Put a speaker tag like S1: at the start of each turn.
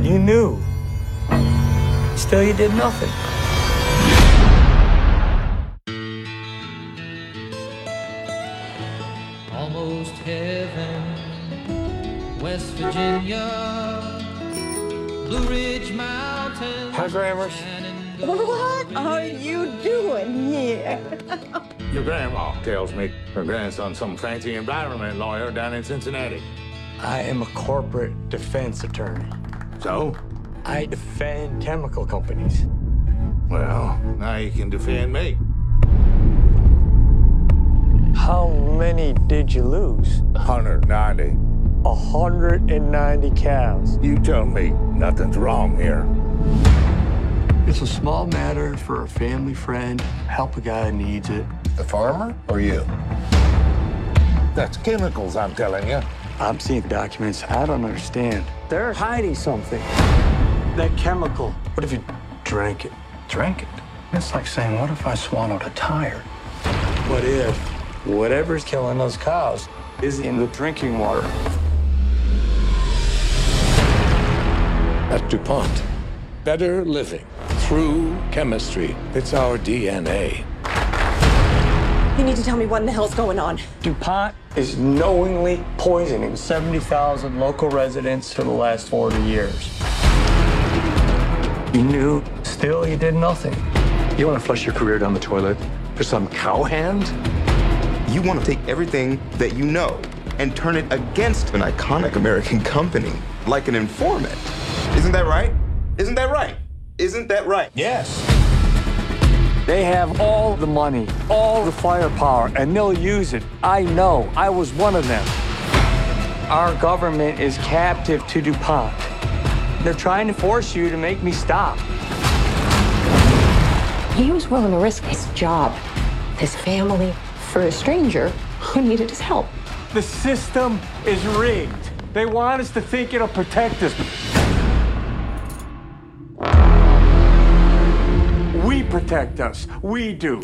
S1: You knew. Still, you did nothing.
S2: almost heaven. West Virginia, Blue Ridge Mountains.
S1: Hi, Grammars.
S3: What are you doing here?
S1: Your grandma tells me her grandson's some fancy environment lawyer down in Cincinnati. I am a corporate defense attorney. So? I defend chemical companies. Well, now you can defend me. How many did you lose? 190. 190 cows. You tell me nothing's wrong here. It's a small matter for a family friend. Help a guy who needs it.
S4: The farmer or you? That's chemicals, I'm telling you.
S1: I'm seeing documents I don't understand. They're hiding something. That chemical. What if you drank it? Drank it? It's like saying, what if I swallowed a tire? What if whatever's killing those cows is in the drinking water?
S5: At DuPont, better living through chemistry. It's our DNA.
S3: You need to tell me what in the hell's going on.
S1: DuPont is knowingly poisoning 70,000 local residents for the last 40 years. You knew, still, you did nothing.
S6: You want to flush your career down the toilet for some cowhand?
S7: You want to take everything that you know and turn it against an iconic American company, like an informant. Isn't that right? Isn't that right? Isn't that right?
S1: Yes. They have all the money, all the firepower, and they'll use it. I know. I was one of them. Our government is captive to DuPont. They're trying to force you to make me stop.
S8: He was willing to risk his job, his family, for a stranger who needed his help.
S1: The system is rigged. They want us to think it'll protect us. We protect us. We do.